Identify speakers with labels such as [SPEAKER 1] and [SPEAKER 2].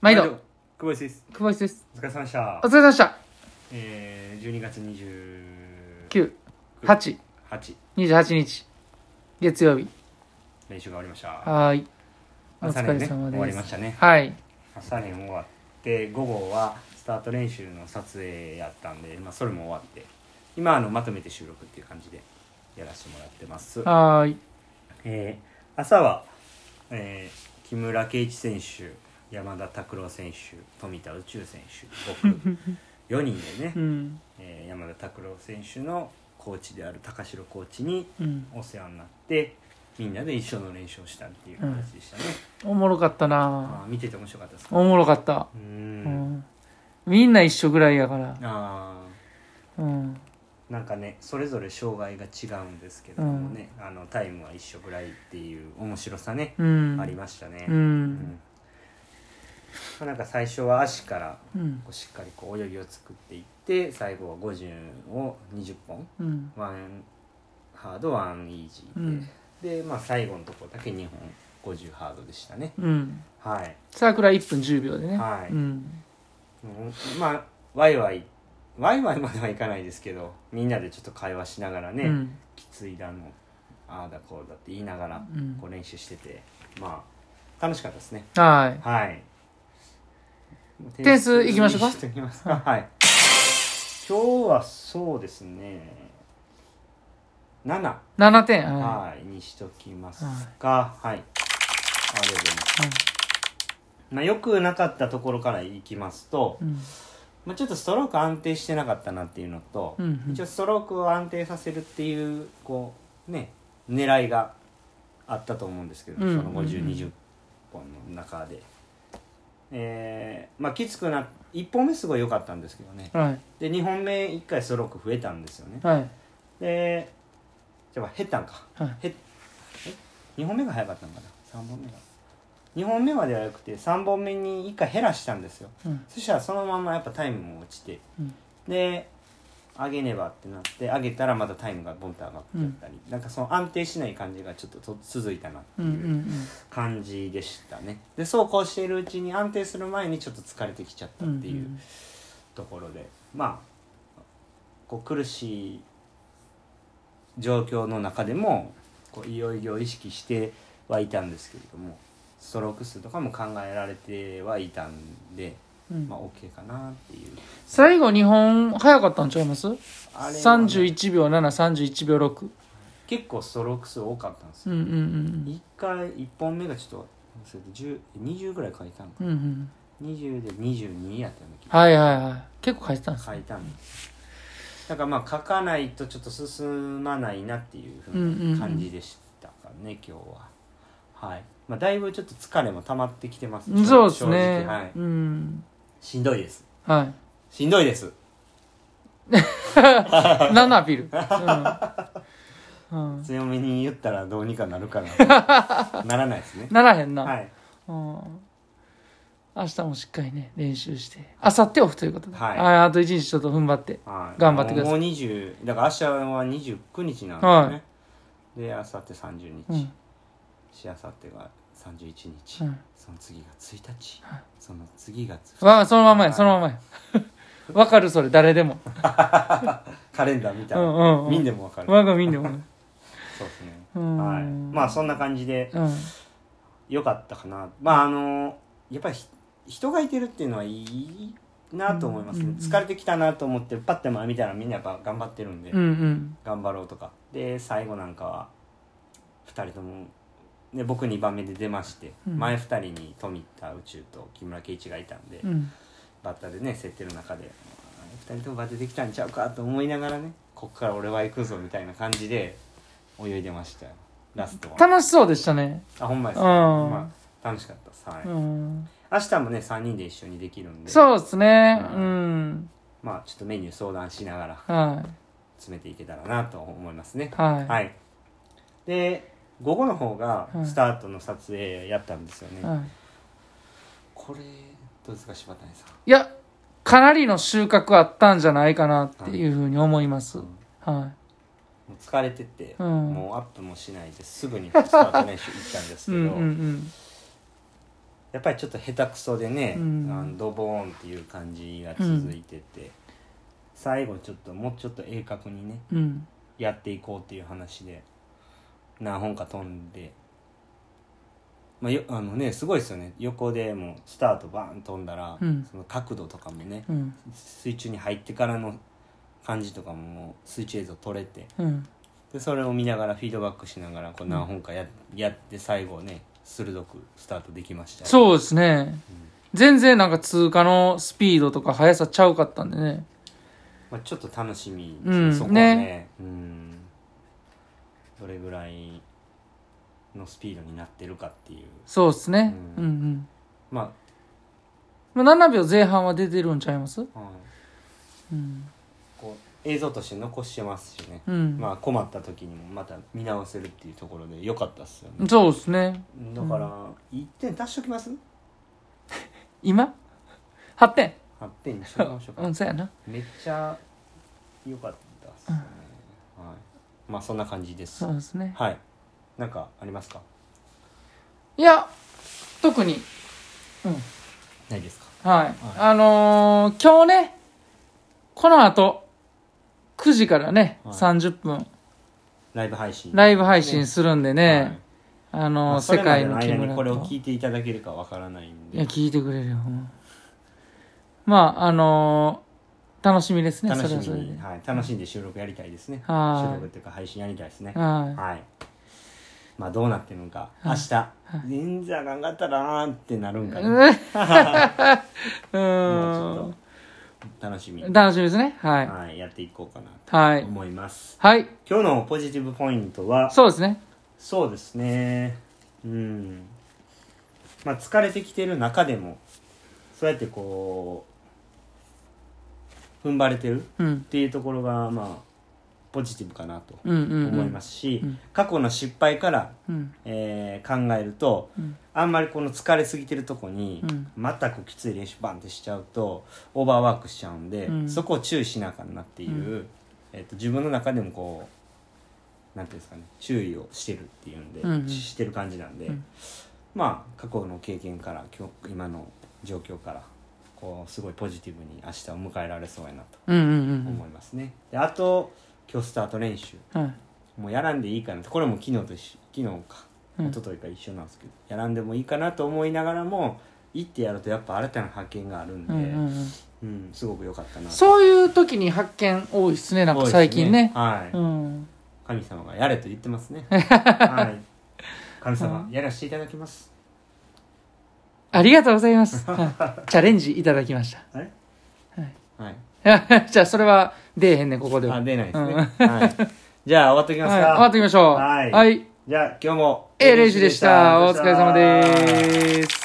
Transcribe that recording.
[SPEAKER 1] 毎度、
[SPEAKER 2] 久保井です
[SPEAKER 1] 久保井です。
[SPEAKER 2] お疲れ様でした
[SPEAKER 1] お疲れ様でした。
[SPEAKER 2] えー、12月28
[SPEAKER 1] 9、8、28日、月曜日。
[SPEAKER 2] 練習が終わりました
[SPEAKER 1] はーい。お
[SPEAKER 2] 朝
[SPEAKER 1] 疲
[SPEAKER 2] 練
[SPEAKER 1] れ
[SPEAKER 2] ね
[SPEAKER 1] 様です。
[SPEAKER 2] 終わりましたね
[SPEAKER 1] はい。
[SPEAKER 2] 朝練終わって午後はスタート練習の撮影やったんで、まあ、それも終わって今あのまとめて収録っていう感じでやらせてもらってます
[SPEAKER 1] はーい。
[SPEAKER 2] えー朝は、えー木村敬一選手山田拓郎選手富田宇宙選手 僕4人でね、
[SPEAKER 1] うん。
[SPEAKER 2] えー山田拓郎選手のコーチである高城コーチに
[SPEAKER 1] うん。
[SPEAKER 2] お世話になってみんなで一緒の練習をしたっていう形でしたね、
[SPEAKER 1] おもろかった
[SPEAKER 2] あ
[SPEAKER 1] な
[SPEAKER 2] ー見てて面白かったですか
[SPEAKER 1] おもろかった。う
[SPEAKER 2] うー
[SPEAKER 1] んん。みんな一緒ぐらいやから。
[SPEAKER 2] あ
[SPEAKER 1] うん。
[SPEAKER 2] ーなんかねそれぞれ障害が違うんですけどもね、あのタイムは一緒ぐらいっていう面白さね、
[SPEAKER 1] うん。
[SPEAKER 2] ありましたね、
[SPEAKER 1] う。
[SPEAKER 2] うんんまあなんか最初は足から
[SPEAKER 1] うん
[SPEAKER 2] こ。うしっかりこう泳ぎを作っていって最後は50を20本
[SPEAKER 1] うん。
[SPEAKER 2] ワンハードワンイージ
[SPEAKER 1] う
[SPEAKER 2] ー
[SPEAKER 1] ん。
[SPEAKER 2] で、でまあ最後のところだけ2本50ハードでしたね
[SPEAKER 1] うん。
[SPEAKER 2] はい
[SPEAKER 1] 桜1分10秒でね。
[SPEAKER 2] はい
[SPEAKER 1] うん。
[SPEAKER 2] もうまあワイワイワイワイまではいかないですけどみんなでちょっと会話しながらね、
[SPEAKER 1] うん。
[SPEAKER 2] きついだのああだこうだって言いながら
[SPEAKER 1] うん
[SPEAKER 2] こ。う練習しててまあ楽しかったですね
[SPEAKER 1] はい。
[SPEAKER 2] はい
[SPEAKER 1] 点数いきましょうか
[SPEAKER 2] いきますかはい今日はそうですね7
[SPEAKER 1] 7点。は
[SPEAKER 2] はいにしときますかはい、ありがとうございます、
[SPEAKER 1] い。はい
[SPEAKER 2] まあ、よくなかったところからいきますと、
[SPEAKER 1] うん。
[SPEAKER 2] まあ、ちょっとストローク安定してなかったなっていうのと、
[SPEAKER 1] うんうん
[SPEAKER 2] 一応ストロークを安定させるっていうこうね狙いがあったと思うんですけど、
[SPEAKER 1] うん
[SPEAKER 2] その
[SPEAKER 1] うんうん
[SPEAKER 2] 5020本の中で、えーまあきつくな1本目すごい良かったんですけどね
[SPEAKER 1] はい。
[SPEAKER 2] で2本目1回ストローク増えたんですよね
[SPEAKER 1] はい。
[SPEAKER 2] でじゃあ減ったんか
[SPEAKER 1] はい。
[SPEAKER 2] へえ2本目が早かったのかな3本目が2本目まではよくて3本目に1回減らしたんですよ
[SPEAKER 1] うん。
[SPEAKER 2] そしたらそのままやっぱタイムも落ちて
[SPEAKER 1] うん。
[SPEAKER 2] で上げねばってなって上げたらまたタイムがボンと上がっちゃったり、なんかその安定しない感じがちょっとと続いたなって
[SPEAKER 1] うん。う。
[SPEAKER 2] いうん感じでしたねでそうこうしているうちに安定する前にちょっと疲れてきちゃった
[SPEAKER 1] う
[SPEAKER 2] っ
[SPEAKER 1] ん。
[SPEAKER 2] ていうところで、まあこう苦しい状況の中でもこういよいよ意識してはいたんですけれどもストローク数とかも考えられてはいたんで、
[SPEAKER 1] うん
[SPEAKER 2] まあ OK かなっていう
[SPEAKER 1] 最後日本早かったんちゃいます
[SPEAKER 2] あれはね
[SPEAKER 1] ?31 秒731秒6
[SPEAKER 2] 結構ストローク数多かったんです
[SPEAKER 1] う
[SPEAKER 2] よ、
[SPEAKER 1] んうん
[SPEAKER 2] 一回1本目がちょっと忘れて10 20ぐらい書いたの
[SPEAKER 1] う
[SPEAKER 2] か
[SPEAKER 1] んうんうん
[SPEAKER 2] 20で22やったような気が
[SPEAKER 1] はいはいはい結構書いてたんです
[SPEAKER 2] 書いたんですだからまあ書かないとちょっと進まないなっていうふ
[SPEAKER 1] うんうんう
[SPEAKER 2] うんな感じでしたかね、今日ははい、まあ、だいぶちょっと疲れも溜まってきてます
[SPEAKER 1] そうですね
[SPEAKER 2] 正直はい
[SPEAKER 1] うん
[SPEAKER 2] しんどいです
[SPEAKER 1] は
[SPEAKER 2] しんどいです
[SPEAKER 1] い何のアピールうんうん
[SPEAKER 2] 強めに言ったらどうにかなるかななら ないですね
[SPEAKER 1] ならへんな
[SPEAKER 2] はい
[SPEAKER 1] うん明日もしっかりね練習してあさってオフということで
[SPEAKER 2] はい
[SPEAKER 1] ああと一日ちょっと踏ん張って
[SPEAKER 2] はい、
[SPEAKER 1] 頑張ってください
[SPEAKER 2] もう20だから明日は29日なんですね、で明後日三30
[SPEAKER 1] う
[SPEAKER 2] 日、
[SPEAKER 1] ん
[SPEAKER 2] し明後日が31日、
[SPEAKER 1] うん
[SPEAKER 2] その次が1日、その次が2日
[SPEAKER 1] わあそのままやそのままやわかるそれ誰でも
[SPEAKER 2] カレンダー見た
[SPEAKER 1] う
[SPEAKER 2] ら、
[SPEAKER 1] んうんう
[SPEAKER 2] 見ん
[SPEAKER 1] ん
[SPEAKER 2] でも分かる、
[SPEAKER 1] 我が見んでもうん
[SPEAKER 2] そうですね、
[SPEAKER 1] うん
[SPEAKER 2] はい、まあそんな感じで
[SPEAKER 1] うん
[SPEAKER 2] 良かったかなまああのやっぱりひ人がいてるっていうのはいいなと思いますね、
[SPEAKER 1] うんうんうん
[SPEAKER 2] 疲れてきたなと思ってパッて前見たらみんなやっぱ頑張ってるんで、
[SPEAKER 1] うんうん
[SPEAKER 2] 頑張ろうとかで最後なんかは2人とも、ね、僕2番目で出まして、
[SPEAKER 1] うん
[SPEAKER 2] 前2人に富田宇宙と木村敬一がいたんで、
[SPEAKER 1] うん
[SPEAKER 2] バッターでね競ってる中で2人ともバッターできたんちゃうかと思いながらねこっから俺は行くぞみたいな感じで泳いでましたよラストは
[SPEAKER 1] 楽しそうでしたね
[SPEAKER 2] あほんまです
[SPEAKER 1] うん
[SPEAKER 2] まあ、楽しかったです、はい
[SPEAKER 1] うん
[SPEAKER 2] 明日もね3人で一緒にできるんで
[SPEAKER 1] そうですねう
[SPEAKER 2] うんまあちょっとメニュー相談しながら
[SPEAKER 1] は
[SPEAKER 2] 詰めていけたらなと思いますね
[SPEAKER 1] いは
[SPEAKER 2] はい。で、午後の方が
[SPEAKER 1] はい
[SPEAKER 2] スタートの撮影やったんですよね。
[SPEAKER 1] いは
[SPEAKER 2] これ、どうですか、柴谷さん。
[SPEAKER 1] いいやかなりの収穫あったんじゃないかなっていうふうに思います
[SPEAKER 2] うん
[SPEAKER 1] は
[SPEAKER 2] もう疲れてて、
[SPEAKER 1] うん
[SPEAKER 2] もうアップもしないですぐにスタート練習行ったんです
[SPEAKER 1] い
[SPEAKER 2] け
[SPEAKER 1] う
[SPEAKER 2] ど、
[SPEAKER 1] んうんうん
[SPEAKER 2] やっぱりちょっと下手くそでね、
[SPEAKER 1] うん
[SPEAKER 2] あのドボーンっていう感じが続いてて、最後ちょっともうちょっと鋭角にね
[SPEAKER 1] うん
[SPEAKER 2] やっていこうっていう話で何本か飛んで、まあ、よあのねすごいですよね横でもうスタートバーン飛んだら、
[SPEAKER 1] うん
[SPEAKER 2] その角度とかもね
[SPEAKER 1] うん
[SPEAKER 2] 水中に入ってからの感じとかももう水中映像撮れて
[SPEAKER 1] うん
[SPEAKER 2] でそれを見ながらフィードバックしながらこう何本かや,、やって最後ね鋭くスタートできましたう
[SPEAKER 1] そうですね、全然なんか通過のスピードとか速さちゃうかったんでね
[SPEAKER 2] まあ、ちょっと楽しみです
[SPEAKER 1] うん
[SPEAKER 2] そこはねうん、どれぐらいのスピードになってるかっていう
[SPEAKER 1] そうですね、
[SPEAKER 2] う
[SPEAKER 1] うんん、うん
[SPEAKER 2] ま
[SPEAKER 1] まあ7秒前半は出てるんちゃいます
[SPEAKER 2] あ、うん
[SPEAKER 1] うん、
[SPEAKER 2] こう映像として残してますしね、
[SPEAKER 1] うん
[SPEAKER 2] まあ困った時にもまた見直せるっていうところで良かったっすよね
[SPEAKER 1] そうですね
[SPEAKER 2] だから1点足しときます
[SPEAKER 1] 今8点
[SPEAKER 2] 8点にしときましょうか
[SPEAKER 1] うんそうやな
[SPEAKER 2] めっちゃ良かったっすね、はい、まあそんな感じです、
[SPEAKER 1] そうですね
[SPEAKER 2] はいなんかありますか
[SPEAKER 1] いや特にうん
[SPEAKER 2] ないですか
[SPEAKER 1] はい、あのー今日ねこの後9時からね、
[SPEAKER 2] はい
[SPEAKER 1] 30分
[SPEAKER 2] ライブ配信
[SPEAKER 1] ライブ配信するんでね、
[SPEAKER 2] はい
[SPEAKER 1] あ
[SPEAKER 2] ま
[SPEAKER 1] の
[SPEAKER 2] あ
[SPEAKER 1] ー
[SPEAKER 2] それ
[SPEAKER 1] 世
[SPEAKER 2] まで
[SPEAKER 1] 界の木
[SPEAKER 2] 間に
[SPEAKER 1] 村
[SPEAKER 2] これを
[SPEAKER 1] と
[SPEAKER 2] 聞いていただけるかわからないん
[SPEAKER 1] い
[SPEAKER 2] で
[SPEAKER 1] や聞いてくれるよ、うんまああのー楽しみですね
[SPEAKER 2] 楽し
[SPEAKER 1] それは
[SPEAKER 2] み
[SPEAKER 1] それ
[SPEAKER 2] に、
[SPEAKER 1] で
[SPEAKER 2] はい、楽しんで収録やりたいですね
[SPEAKER 1] はい
[SPEAKER 2] 収録っていうか配信やりたいですね
[SPEAKER 1] は
[SPEAKER 2] はい。まあどうなってるのか、明日、全然あかんかったなーってなるんか
[SPEAKER 1] い、
[SPEAKER 2] な。
[SPEAKER 1] う
[SPEAKER 2] まあ
[SPEAKER 1] んう
[SPEAKER 2] ちょ
[SPEAKER 1] ー
[SPEAKER 2] っと楽しみ
[SPEAKER 1] ん
[SPEAKER 2] に、
[SPEAKER 1] 楽しみですねはい
[SPEAKER 2] はい、やっていこうかな
[SPEAKER 1] はい
[SPEAKER 2] と思います。
[SPEAKER 1] はい
[SPEAKER 2] 今日のポジティブポイントは、
[SPEAKER 1] そうですね
[SPEAKER 2] そうですね。うん。まあ疲れてきてる中でも、そうやってこう、踏ん張れてるっ
[SPEAKER 1] うん
[SPEAKER 2] ていうところが、まあ、ポジティブかなと
[SPEAKER 1] うんうんうん
[SPEAKER 2] 思いますし、
[SPEAKER 1] うん
[SPEAKER 2] 過去の失敗から
[SPEAKER 1] うん
[SPEAKER 2] えー考えると、
[SPEAKER 1] うん
[SPEAKER 2] あんまりこの疲れすぎてるとこに、
[SPEAKER 1] うん
[SPEAKER 2] またこうきつい練習バンってしちゃうとオーバーワークしちゃうんで、
[SPEAKER 1] うん
[SPEAKER 2] そこを注意しなあかんなっていう、えっと自分の中でもこうなんていうんですかね注意をしてるっていうんで、
[SPEAKER 1] うんうん
[SPEAKER 2] ししてる感じなんで、
[SPEAKER 1] うん
[SPEAKER 2] まあ過去の経験から今日今の状況からこうすごいポジティブに明日を迎えられそうやなと
[SPEAKER 1] うんうん
[SPEAKER 2] 思いますね。であと今日スタート練習
[SPEAKER 1] うんはい
[SPEAKER 2] もうやらんでいいかなとこれも昨日と一緒昨日か
[SPEAKER 1] うん
[SPEAKER 2] 一昨日か一緒なんですけど、やらんでもいいかなと思いながらも行ってやるとやっぱ新たな発見があるんで、
[SPEAKER 1] う
[SPEAKER 2] うん
[SPEAKER 1] うんんうん
[SPEAKER 2] すごく良かったな
[SPEAKER 1] そういう時に発見多いですねなんか最近ね
[SPEAKER 2] はい、
[SPEAKER 1] うん
[SPEAKER 2] 神様がやれと言ってま すねはい神様やらせていただきます
[SPEAKER 1] ありがとうございます、はいチャレンジいただきました
[SPEAKER 2] あれは い、
[SPEAKER 1] じゃあそれは出えへんねここでは
[SPEAKER 2] あ
[SPEAKER 1] はい
[SPEAKER 2] 出ないですね、はいじゃあ終わっときます
[SPEAKER 1] 終
[SPEAKER 2] か、
[SPEAKER 1] わっていきましょう
[SPEAKER 2] はい
[SPEAKER 1] はい
[SPEAKER 2] じゃあ今日も
[SPEAKER 1] えー、レイジでした。お疲れ様で
[SPEAKER 2] す
[SPEAKER 1] す。